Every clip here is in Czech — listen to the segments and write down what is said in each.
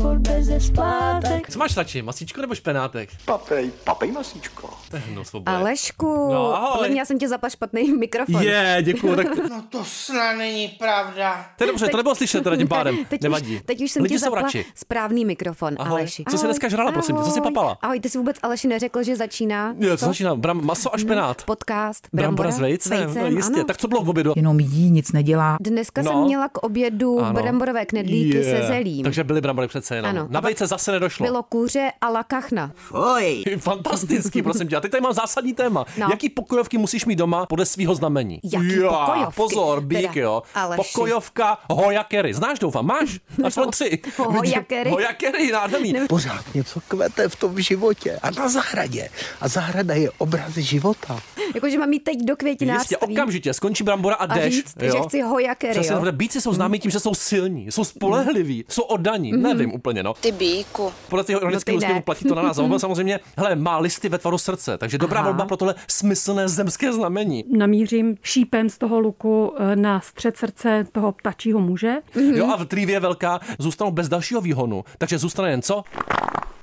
furt beze spátek. Co máš radši, masíčko nebo špenátek? Papej, papej masíčko. To je hnus svoboda. Alešku, No, ahoj. podle mě já jsem tě zapla špatný mikrofon. Je, děkuju, tak No to snad není pravda. to je dobře, to nebylo slyšet teda tím pádem, Teď nevadí. Už, teď už jsem Lidi ti jsou zapla radši. správný mikrofon, Ahoj. Aleši. Co jsi dneska žrala, prosím tě? Co jsi Ahoj. papala? Ahoj, ty jsi vůbec Aleši neřekl, že začíná Je, co začíná? Bram, maso a špenát. podcast Brambora s vejcem, no, vejcem jistě. ano. Tak co bylo k obědu? Jenom jí nic nedělá. Dneska No. jsem měla k obědu Ano. bramborové knedlíky Je. se zelím. Takže byly brambory přece jenom. Ano. Na A pak vejce zase nedošlo. Bylo kuře a la kachna. Fantastický, prosím tě. A teď tady mám zásadní téma. No. Jaký pokojovky musíš mít doma podle svého znamení? Jaký pokojovky? Pozor, bík, Teda, jo. Aleši. Pokojovka hojakery. Znáš, doufám, máš? Aspoň tři. Hojakery. Hojakery, nádherný. Pořád něco kvete v tom životě a na zahradě. A zahrada je obraz života. Jakože mám jít teď do květinářství. Jistě, okamžitě skončí brambora a, A jdeš. říct, že chci hojakery, Přesně, jo. Mm-hmm. takhle. bíci jsou známí tím, že jsou silní, jsou spolehliví, jsou oddaní. Nevím úplně, no. Ty bíku. Podle těch ironických No ty úsměvů ne. platí to na nás. A on samozřejmě, hele, má listy ve tvaru srdce, takže dobrá Aha. volba pro tohle smyslné zemské znamení. namířím šípem z toho luku eh, na střed srdce toho ptačího muže. Mm-hmm. Jo, a v trívě velká zůstanou bez dalšího výhonu, takže zůstane jen co?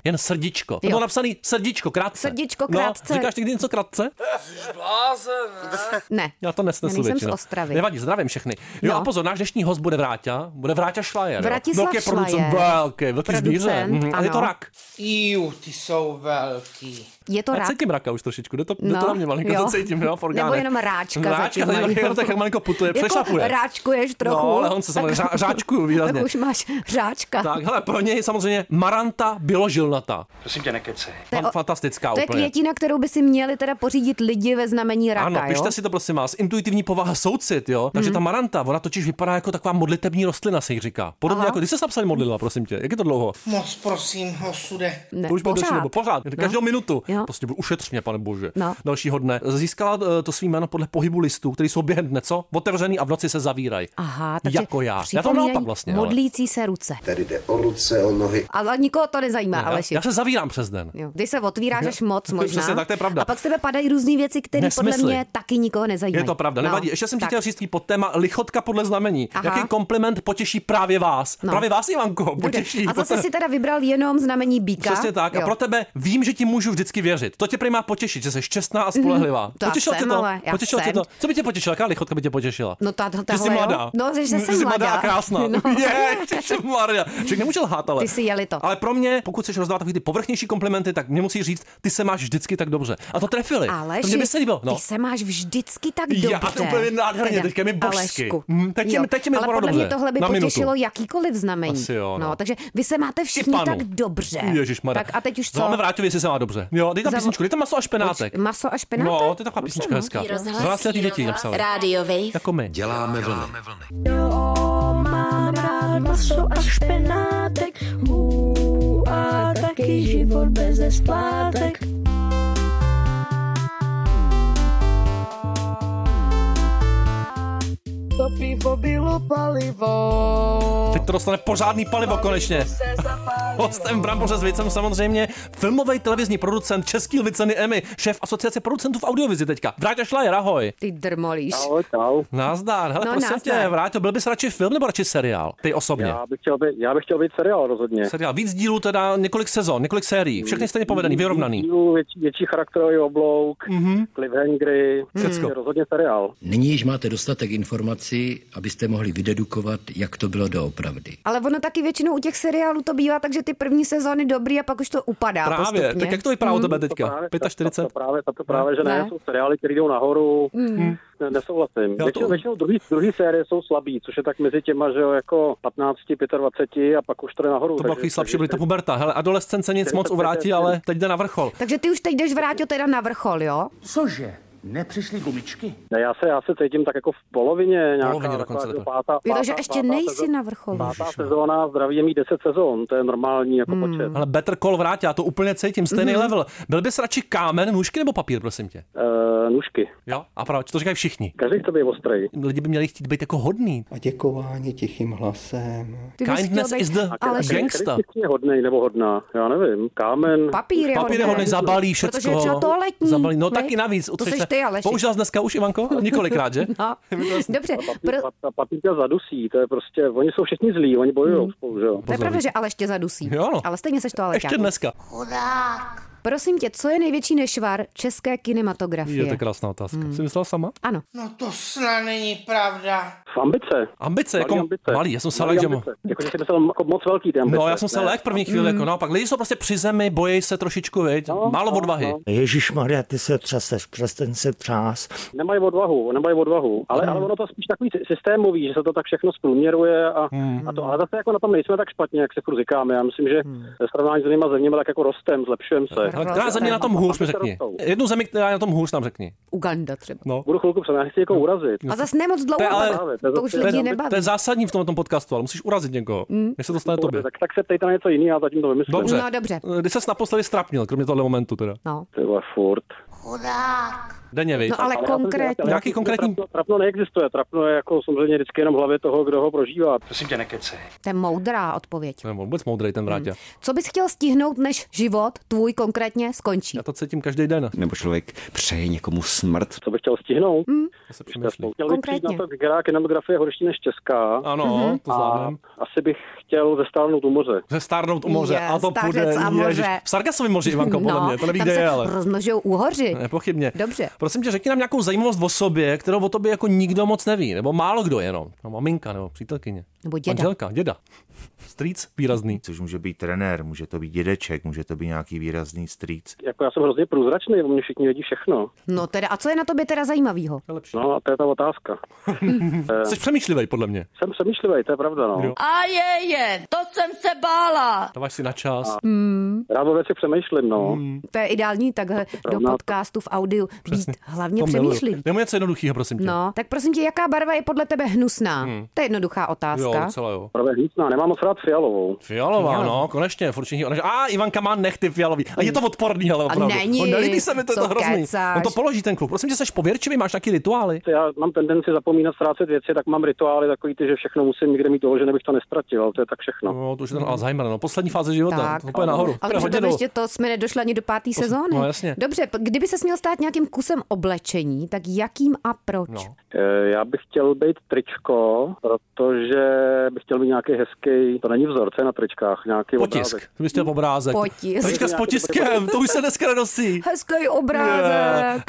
Jen srdíčko. To Jo. bylo napsané srdíčko, krátce. Srdíčko, krátce. No, říkáš někdy něco krátce? Ne. Já to nesnesu Já nejsem většinou. z Ostravy. Nevadí, zdravím všechny. Jo No. a pozor, náš dnešní host bude Vráťa. Bude Vráťa Šlajer. jo. Vratislav velký producent, Šlajer. velký, velký zvíře. Producent, Mhm, A je to ano. rak. Iu, ty jsou velký. Je to Já rak. cítím raka už trošičku, jde to, jde No, to na mě malinko, jo. to cítím, jo, v orgánech. Nebo jenom ráčka Ráčka, zatím tady malinko. jenom tak jak malinko putuje, přešlapuje. Jako ráčkuješ trochu. No, ale on se samozřejmě řá, řáčkuju tak výrazně. už máš řáčka. Tak, hele, pro něj samozřejmě Maranta Biložilnata. Prosím tě, nekecej. To je Fan, o- fantastická To je úplně. květina, kterou by si měli teda pořídit lidi ve znamení raka, ano, pište jo? Mhm. si to prosím vás. Intuitivní povaha soucit, jo. Takže ta maranta, ona totiž vypadá jako taková modlitební rostlina, se jí říká. Podobně Aha. jako, když jsi se napsali modlila, prosím tě, jak je to dlouho? Moc prosím, osude. Ne, To už bylo pořád. došlo, nebo pořád, každou No. minutu. Jo. Prostě budu ušetř mě, pane bože. No. Dalšího dne. Získala eh, to svý jméno podle pohybu listů, který jsou během dne, co? Otevřený a v noci se zavírají. Aha, takže Jako já. Já to mám připomínají naopak vlastně. ale- Modlící se ruce. Tady jde o ruce, o nohy. Ale nikoho to nezajímá, Já, Aleši. já se zavírám přes den. Jo. Když se otvíráš až moc možná. Přesně tak, to je pravda. A pak z tebe padají různé věci, které podle Nesmysly. mě taky nikoho nezajímají. Je to pravda, nevadí. Ještě jsem ti No, tak. chtěl říct pod téma lichotka podle znamení. Aha. Jaký kompliment potěší právě vás? No. Právě vás, Ivanko, Bude. potěší. A zase Poté- si teda vybral jenom znamení býka. Přesně tak. A Jo. pro tebe vím, že ti můžu vždycky věřit. To tě prý má potěšit, že jsi šťastná a spolehlivá. Mhm. to já potěšilo jsem, tě to? ale já potěšilo tě jsem. to? Co by tě potěšilo? Jaká lichotka by tě potěšila? No ta- že tahle, jsi jo. mladá. No, že- že Že jsem jsi mladá. mladá. a krásná. No. Je, Maria. Člověk nemůže lhát, ale. Ty jsi jeli to. Ale pro mě, pokud chceš rozdávat takový ty povrchnější komplimenty, tak mě musí říct, ty se máš vždycky tak dobře. A to trefili. Aleš, to mě by se líbilo. No. ty se máš vždycky tak dobře. Já, a to úplně nádherně, teďka mi božsky. Alešku. Hm, teď je Jo, mi- teď je mi Ale opravdu podle mě dobře. tohle by Na minutu. potěšilo jakýkoliv znamení. Asi jo, no. no. takže vy se máte všichni panu. tak dobře. Ježíš Tak a teď už co? Máme vrátil, jestli se má dobře. Jo, dej tam Zavo- písničku, dej tam maso a špenátek. Poč- maso a špenátek? No, to je taková písnička hezká. Z 12 dětí napsali. Radio Wave. Jako my. Děláme vlny. Jo, mám rád maso a špenátek, hů, a taky život beze spátek. To pivo bylo palivo. Teď to dostane pořádný palivo konečně. Se zapálilo. Hostem Bramboře s Vicem samozřejmě filmový televizní producent Český lid ceny Emmy, šéf asociace producentů v audiovizi teďka. Vráťa Šlajer, ahoj. Ty drmolíš. Ahoj, čau. Nazdar, hele, No, prosím nazdar. tě, Vráťo, byl bys radši film nebo radši seriál? Ty osobně. Já bych chtěl být, já bych chtěl být seriál rozhodně. Seriál, víc dílů teda, několik sezon, několik sérií, všechny stejně povedený, vyrovnaný. Dílu, Větší, větší charakterový oblouk, mm-hmm. cliffhangery, Všecko. je rozhodně seriál. Nyní již máte dostatek informací, abyste mohli vydedukovat, jak to bylo doopravdy. Ale ono taky většinou u těch seriálů to bývá tak, že ty první sezóny dobrý a pak už to upadá Právě, postupně. tak jak to Mm. vypadá u tebe To teďka? právě- To, 45? to, to právě, to, to právě, že ne, Ne. ne. jsou seriály, které jdou nahoru. Mm. Ne, nesouhlasím. to- Většinou, většinou druhý, druhý série jsou slabý, což je tak mezi těma, že jo, jako 15, 25 a pak už to jde nahoru. To byla chvíli slabší, byly ta puberta. Hele, adolescence nic moc 45, uvrátí, ale teď jde na vrchol. Takže ty už teď jdeš vrátil teda na vrchol, jo? Cože? Nepřišly gumičky? Ne, já se, já se cítím tak jako v polovině. Nějaká, Polovině dokonce taková, teprve. pátá, Jo, pátá, takže ještě pátá nejsi sezó- na vrcholu. Pátá sezóna, zdraví je mít 10 sezón, to je normální jako Hmm. počet. Ale Better Call vrátí, já to úplně cítím, stejný Mhm. level. Byl bys radši kámen, nůžky nebo papír, prosím tě? Uh, nůžky. Jo, a proč? To říkají všichni. Každý chce být ostrý. Lidi by měli chtít být jako hodný. A děkování tichým hlasem. Ty bys Kindness chtěl být- is the Ale že- gangsta. Který je hodnej nebo hodná, já nevím. Kámen. Papír je Papír je hodný, zabalí všecko. Protože je třeba toaletní. Zabalí, no viď? taky navíc. To utřeš seš se- Ty, Aleši. Použila jsi dneska už, Ivanko? Několikrát, že? No, dobře, pro, Pro... Ta papírka zadusí, to je prostě, oni jsou všichni zlí, oni bojují hmm. spolu, že jo. to je pravda, že Aleš tě zadusí. Jo, no. Ale stejně seš to Ještě Alešťák. dneska. Prosím tě, co je největší nešvar české kinematografie? Je to krásná otázka. Hmm. Jsi myslela sama? Ano. No to snad není pravda. V ambice. Ambice, jako Malý ambice. malý, já jsem se Malý lek, že mo- ambice. Jakože jsem myslel jako moc velký ty ambice. No, já jsem se ne? Mm. lek v první chvíli, jako no, pak lidi jsou prostě při zemi, bojí se trošičku, viď? No, Málo odvahy. Ježíš Maria, ty se třeseš, přestaň se třás. Hmm. Nemají odvahu, nemají odvahu. Ale, ale ono to spíš takový sy- systémový, že se to tak všechno zprůměruje a, Hmm. a to. Ale zase jako na tom nejsme tak špatně, jak se furt říkáme. Já myslím, že ve srovnání s jinýma zeměma tak jako rostem, zlepšujeme Hmm. se. Ale která země na tom hůř mi řekni? Jednu zemi, která je na tom hůř nám řekni. Uganda třeba. No. Budu chvilku před, já nechci Hmm. někoho urazit. A zas nemoc To je dlouho, ale- ale to je to už zase- lidi To nebaví. Mm. je zásadní v tomhle podcastu, ale musíš urazit někoho, než se to stane tobě. No, Tak, tak se ptejte na něco jiného, já zatím to vymyslím. Dobře. No, dobře. Kdy ses naposledy strapnil, kromě tohle momentu teda? No. Ty vole, furt. Denně, viď? no ale Ale já jsem- já- já- konkrétně. Nějaký konkrétní- Trapno, trapno neexistuje, trapno je jako samozřejmě vždycky jenom v hlavě toho, kdo ho prožívá. Prosím tě, nekecej. To je moudrá odpověď. Nebo vůbec moudrej ten vrátě. Co bys chtěl stihnout, než život tvůj konkrétně skončí? Já to cítím každý den. No, Nebo člověk přeje někomu smrt. Co bych chtěl stihnout? Hmm. To se přemýšlí. Chtěl bych přijít na Konkrétně. to, která kinematografie je horší než česká. Ano, Mhm. to A zvládnem. asi bych chtěl zestárnout u moře. Ze stárnout u moře. Je, a to stárec půjde. a moře. Ježiš. V Sargasovi moři, Ivanko, podle mě. To neví, No, tam kde se je, ale. rozmnožují úhoři. Nepochybně. Dobře. Prosím tě, řekni nám nějakou zajímavost o sobě, kterou o tobě jako nikdo moc neví, nebo málo kdo jenom. No, maminka nebo přítelkyně. Nebo děda. Manželka, děda. Strýc výrazný. Což může být trenér, může to být dědeček, může to být nějaký výrazný strýc. Jako já jsem hrozně průzračný, o mě všichni vědí všechno. No teda, a co je na tobě teda zajímavýho? To je lepší. No a to je ta otázka. Jsi přemýšlivý, podle mě. Jsem přemýšlivý, to je pravda, Jo. no. A je, je, to jsem se bála. Dáváš si na čas. Já o věcech přemýšlím, no. To je ideální takhle do Rovná to. podcastu v audiu být hlavně To miluju. přemýšlivý. Nebo něco jednoduchého, prosím tě. No, tak prosím tě, jaká barva je podle tebe hnusná? To je jednoduchá Hmm. Jo, otázka. docela jo. Právě hnusná, no, nemám moc rád fialovou. Fialová, no, konečně, furt všichni. ona- A Ivanka má nechty fialový. A je to odporný, ale opravdu. není, On nelíbí se mi to, je to co hrozný. kecáš. On to položí ten kluk. Prosím tě, seš pověrčivý, máš taky rituály. Já mám tendenci zapomínat ztrácet věci, tak mám rituály takový ty, že všechno musím někde mít doložené, abych to nestratil, ale to je tak všechno. No, to už je ten Alzheimer, no, poslední fáze života. Tak. To úplně nahoru. Ale To je hodně přitom dolů. ještě to jsme nedošli ani do páté sezóny. no, jasně. Dobře, p- kdyby se měl stát nějakým kusem oblečení, tak jakým a proč? No. E, Já bych chtěl být tričko, protože bych chtěl být nějaký hezký, to není vzor, co je na tričkách, nějaký obrázek. Hmm. Potisk. Ty bys chtěl obrázek. Potisk. Trička s potiskem, to už se dneska nenosí. Hezký obrázek.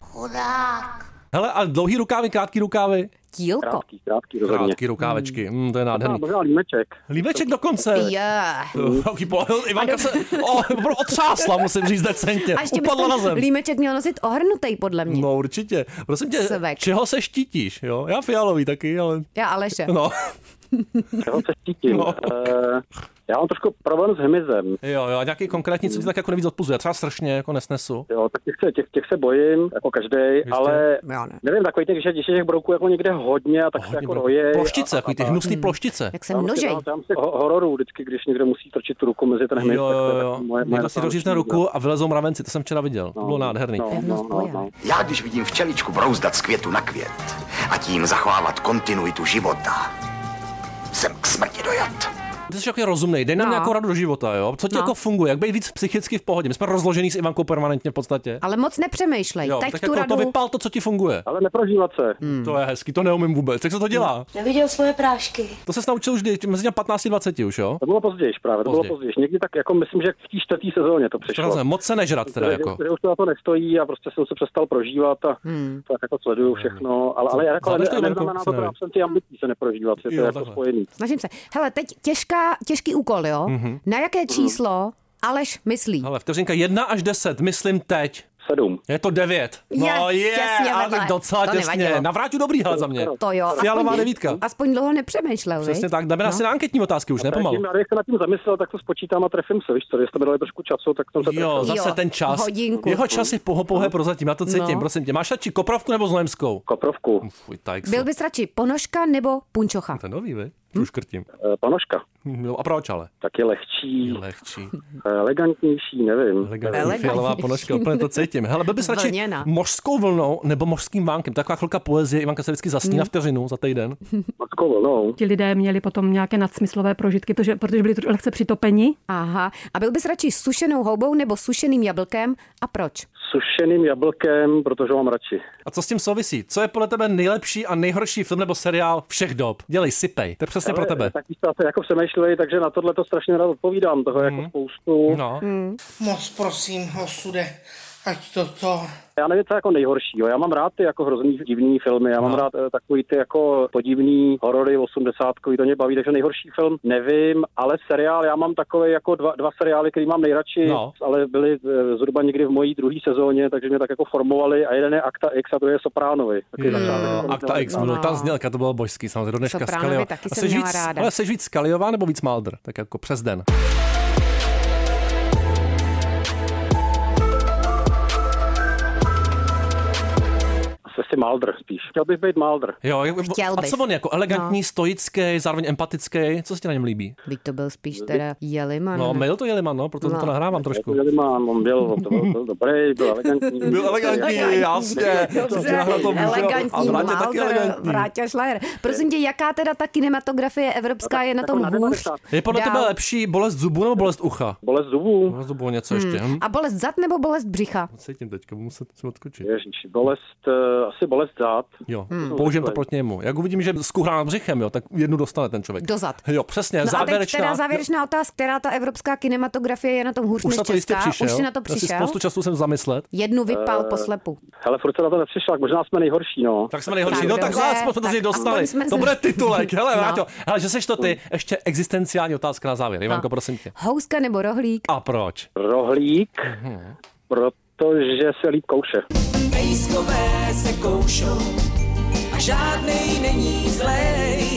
Hele, a dlouhý rukávy, krátký rukávy? Tílko. Krátký, krátký rozhodně. Krátký rukávečky, Hmm. mm, to je A nádherný. možná límeček. Líbeček dokonce. Yeah. Velký pohled. Ivanka se o, opravdu otřásla, musím říct decentně. A ještě bys Upadla na ten zem. límeček měl nosit ohrnutý, podle mě. No určitě. Prosím tě, Svek. čeho se štítíš? Jo? Já fialový taky, ale... Já Aleše. No, Čeho se cítím? No. Eh, Já mám trošku problém s hmyzem. jo, jo, a nějaký konkrétní, co ti tak jako nejvíc odpuzuje. Třeba strašně jako nesnesu. Jo, tak těch se, těch, těch se bojím, jako každý, ale Já No, ne. nevím, takový těch, že když je těch brouků jako někde hodně, a tak se Hodně jako bro- roje. ploštice, jako ty hnusný Hmm. ploštice. Jak se množej. no, Tam se hororů vždycky, když někdo musí trčit tu ruku mezi ten hmyz. Jo, tak to je jo, tak jo. moje- No. moje Někdo si dořízne národní ruku a vylezou mravenci, to jsem včera viděl. To bylo nádherný. Pevnost boje. Já když vidím včeličku brouzdat z květu na květ a tím zachovávat kontinuitu života, jsem k smrti dojat. Ty jsi jako rozumný, dej nám No. nějakou radu do života, jo? Co ti No. jako funguje? Jak být víc psychicky v pohodě? My jsme rozložený s Ivankou permanentně v podstatě. Ale moc nepřemýšlej. Jo, Teď tak tu jako to radu... vypal to, co ti funguje. Ale neprožívat se. To je hezký, to neumím vůbec. Jak se to Hmm. dělá? Neviděl svoje prášky. To se naučil už kdy, mezi těmi 15 a 20 už, jo? To bylo později právě, to bylo Později. později. Někdy tak, jako myslím, že v té čtvrté sezóně to přišlo. Praze, moc se nežrat teda Že- jako. že, že, už to na to nestojí a prostě jsem se přestal prožívat a tak jako sleduju všechno, ale, ale já jako Zadrž ale to, ne- Ivanko, neznamená se to, že neví. absenty ambicí se neprožívat, je to Jo, jako takhle. spojený. Snažím se. Hele, teď těžká, těžký úkol, jo? Mhm. Na jaké číslo Aleš myslí? Ale vteřinka 1 až 10, myslím teď. Sedm. Je to 9. No Je, je, těsně ale vedle. tak docela To těsně. nevadilo. Navráťu dobrý, hele za mě. To jo. Fialová aspoň- devítka. Aspoň dlouho nepřemýšlel, Přesně viď? tak, jdeme asi na anketní otázky už, ne Tak pomalu. tím, jak se nad tím zamyslel, tak to spočítám a trefím se, víš co, když jste mi dali trošku času, tak jsem se Jo, trefil. zase Jo, ten čas. hodinku. Jeho čas je poho pohé prozatím, já to cítím, No. prosím tě. Máš radši koprovku nebo znojemskou? Koprovku, Fuj, tak Byl bys radši ponožka nebo punčocha? Ten nový, vy? Hm? Už krtím. eh, panožka, No a proč ale? tak je lehčí, Lehčí. eh, elegantnější, nevím. Elegantní fialová ponožka, úplně to cítím. Hele, byl bys radši Vlněna. mořskou vlnou nebo mořským vánkem? Taková chvilka poezie, Ivanka se vždycky Hm. zasní na vteřinu za týden. Matkou vlnou, Ti lidé měli potom nějaké nadsmyslové prožitky, protože, protože byli tro- lehce přitopeni. Aha. A byl bys radši sušenou houbou nebo sušeným jablkem? A proč? sušeným jablkem, protože ho mám radši. A co s tím souvisí? Co je podle tebe nejlepší a nejhorší film nebo seriál všech dob? Dělej, sypej. To je přesně pro tebe. Tak jste se jako přemýšleli, takže na tohle to strašně rád odpovídám, toho je jako spoustu. Mhm. No. Moc prosím, osude, ať toto Já nevím, co je jako nejhoršího. Já mám rád ty jako hrozný divný filmy, já mám No. rád eh, takový ty jako podivný horory 80, to mě baví, takže nejhorší film nevím, ale seriál, já mám takové jako dva, dva seriály, který mám nejradši, No. ale byly eh, zhruba někdy v mojí druhé sezóně, takže mě tak jako formovali a jeden je Akta X a druhý je Sopránovi. Takový začátek, jako No, Akta možná- X, no, ta znělka, to bylo božský, samozřejmě do dneška Sopránovi Scalia. taky A jsem seš měla víc, ráda. ale seš víc Skaliová nebo víc Mulder? Tak jako přes den. Asi si Maldr spíš. Chtěl bych být Maldr. Jo, jak- Chtěl a bych. co on jako elegantní, no. stoický, zároveň empatický, co se ti na něm líbí? Byť to byl spíš teda Jeliman. No, mail to Jeliman, no, proto no. No. to nahrávám trošku. Měli mám, on byl, to byl, to byl dobrý, byl elegantní. Byl elegantní, jasně. Dobře, elegantní Malter, Vráťa Schleier. Prosím tě, jaká teda ta kinematografie evropská je na tom Jako na hůř? 90. Je podle Dál. tebe lepší bolest zubu nebo bolest ucha? Bolest zubů. Bolest zubu něco Hmm. ještě. Hm? A bolest zad nebo bolest břicha? Cítím teďka, budu muset se odskočit. Ježiš, bolest, eh, asi bolest zad. Jo, hmm. použijem to proti němu. Jak uvidím, že skuhrá nad břichem, jo, tak jednu dostane ten člověk. Dozad. Jo, přesně, No a teď závěrečná. teda závěrečná otázka, která ta evropská kinematografie je na tom Už hůř než na to jistě česká. přišel. Už si na to Já si přišel. spoustu Eh. času jsem zamyslet. Jednu vypal po slepu. Hele, furt se na to nepřišla, možná jsme nejhorší, no. Tak jsme nejhorší. No tak dobře, ale aspoň jsme to z tak něj dostali. aspoň jsme To se- bude titulek. Hele, No. Vráťo, hele, že seš to ty, ještě existenciální otázka na závěr. Ivanko, No. prosím tě. Houska nebo rohlík? A proč? Rohlík, protože se líp kouše. Pejskové se koušou a žádnej není zlej.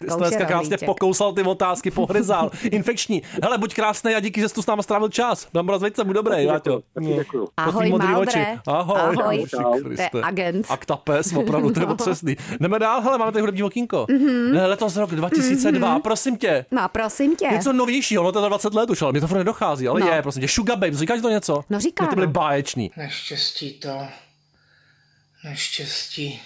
Ty jsi to dneska krásně rohlíček. pokousal ty otázky, pohryzal, infekční. Hele, buď krásný a díky, že jsi tu s námi strávil čas. Nám rozvejce, buď dobrý, Vráťo. Taky děkuju. Tvý Ahoj, modrý oči. Maldre. Ahoj. Ahoj. Ježiši Kriste. To je agent. A ta pes, opravdu, to je otřesný. Jdeme dál, hele, máme tady hudební okýnko. Mhm. Mm-hmm. Letos rok 2002, mm-hmm. prosím tě. No, prosím tě. Něco novějšího, ono to je za 20 let už, ale mě to furt nedochází, ale no. No. je, prosím tě, Sugar Babes, říkáš to něco? No, říká, Mě Ty byly no. báječní. neštěstí to. Neštěstí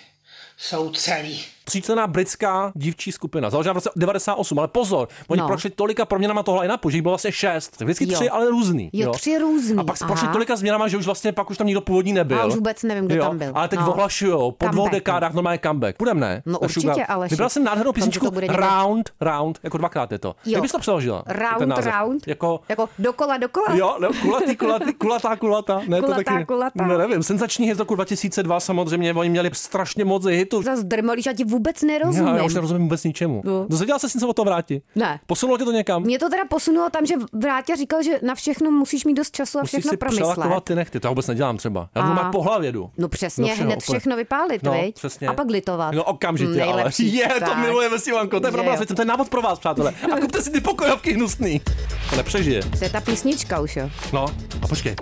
jsou celý. Tříčlená britská dívčí skupina, založená v roce 98, ale pozor, oni no. No. prošli tolika proměnama toho line-upu, že jich bylo vlastně šest, tak vždycky Jo. tři, ale různý. Jo, tři různý, A pak aha. prošli tolika změnama, že už vlastně pak už tam nikdo původní nebyl. Já už vůbec nevím, kdo tam byl. Ale teď No. ohlašujou, po dvou Comeback, no. dekádách normálně comeback. Budem ne? No Na určitě, Aleši. Vybral jsem nádhernou Tam ti to písničku bude někde- Round, Round, jako dvakrát je to. Jo. Jak bys to přeložila? ten Round, název? round. Jako jako dokola, dokola. Jo, ne, kulatý, kulatý, kulatá, kulatá. Ne, to Kulatá, taky ne. kulatá. Ne, nevím, senzační hit z roku 2002 samozřejmě, oni měli strašně moc hitů. Zas drmolíš, já ti vůbec nerozumím. Já, já už nerozumím vůbec ničemu. No. Dozvěděla se s něco o to vrátit? Ne. Posunulo tě to někam? Mě to teda posunulo tam, že Vráťa říkal, že na všechno musíš mít dost času a Musíš všechno si přelakovat promyslet. ty nechty, to já vůbec nedělám třeba. Já budu A- mít po hlavě jdu. No přesně, Do hned úplně. všechno vypálit, no, viď? Přesně. A pak litovat. No okamžitě, Nejlepší, ale. Je, to tak. milujeme si, Ivanko, to je Že pro vás, jo. to je návod pro vás, přátelé. A kupte si ty pokojovky hnusný. To nepřežije. To je ta písnička už, jo. No, a počkej.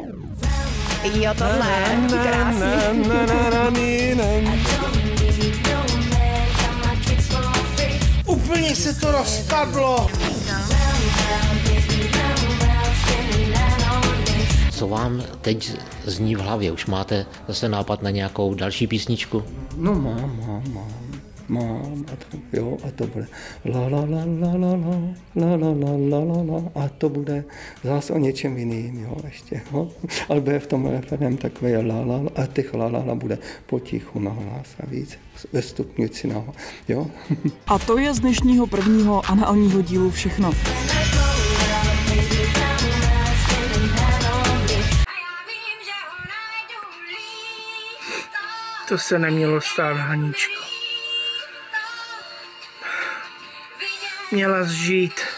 Jo, tohle, krásný. Na, na, na, na, ní, na, ní. Úplně se to rozpadlo. Co vám teď zní v hlavě? Už máte zase nápad na nějakou další písničku? No mám, mám, mám. Mám a to, jo, a to bude la la la la la la la la la la la la a to bude zase o něčem jiným, jo, ještě, jo. Ale bude v tom referém takový la la la a těch la la la bude potichu na hlas a víc ve stupňuci nahoru, jo. A to je z dnešního prvního análního dílu všechno. To se nemělo stát, Haničko. Měla zžít.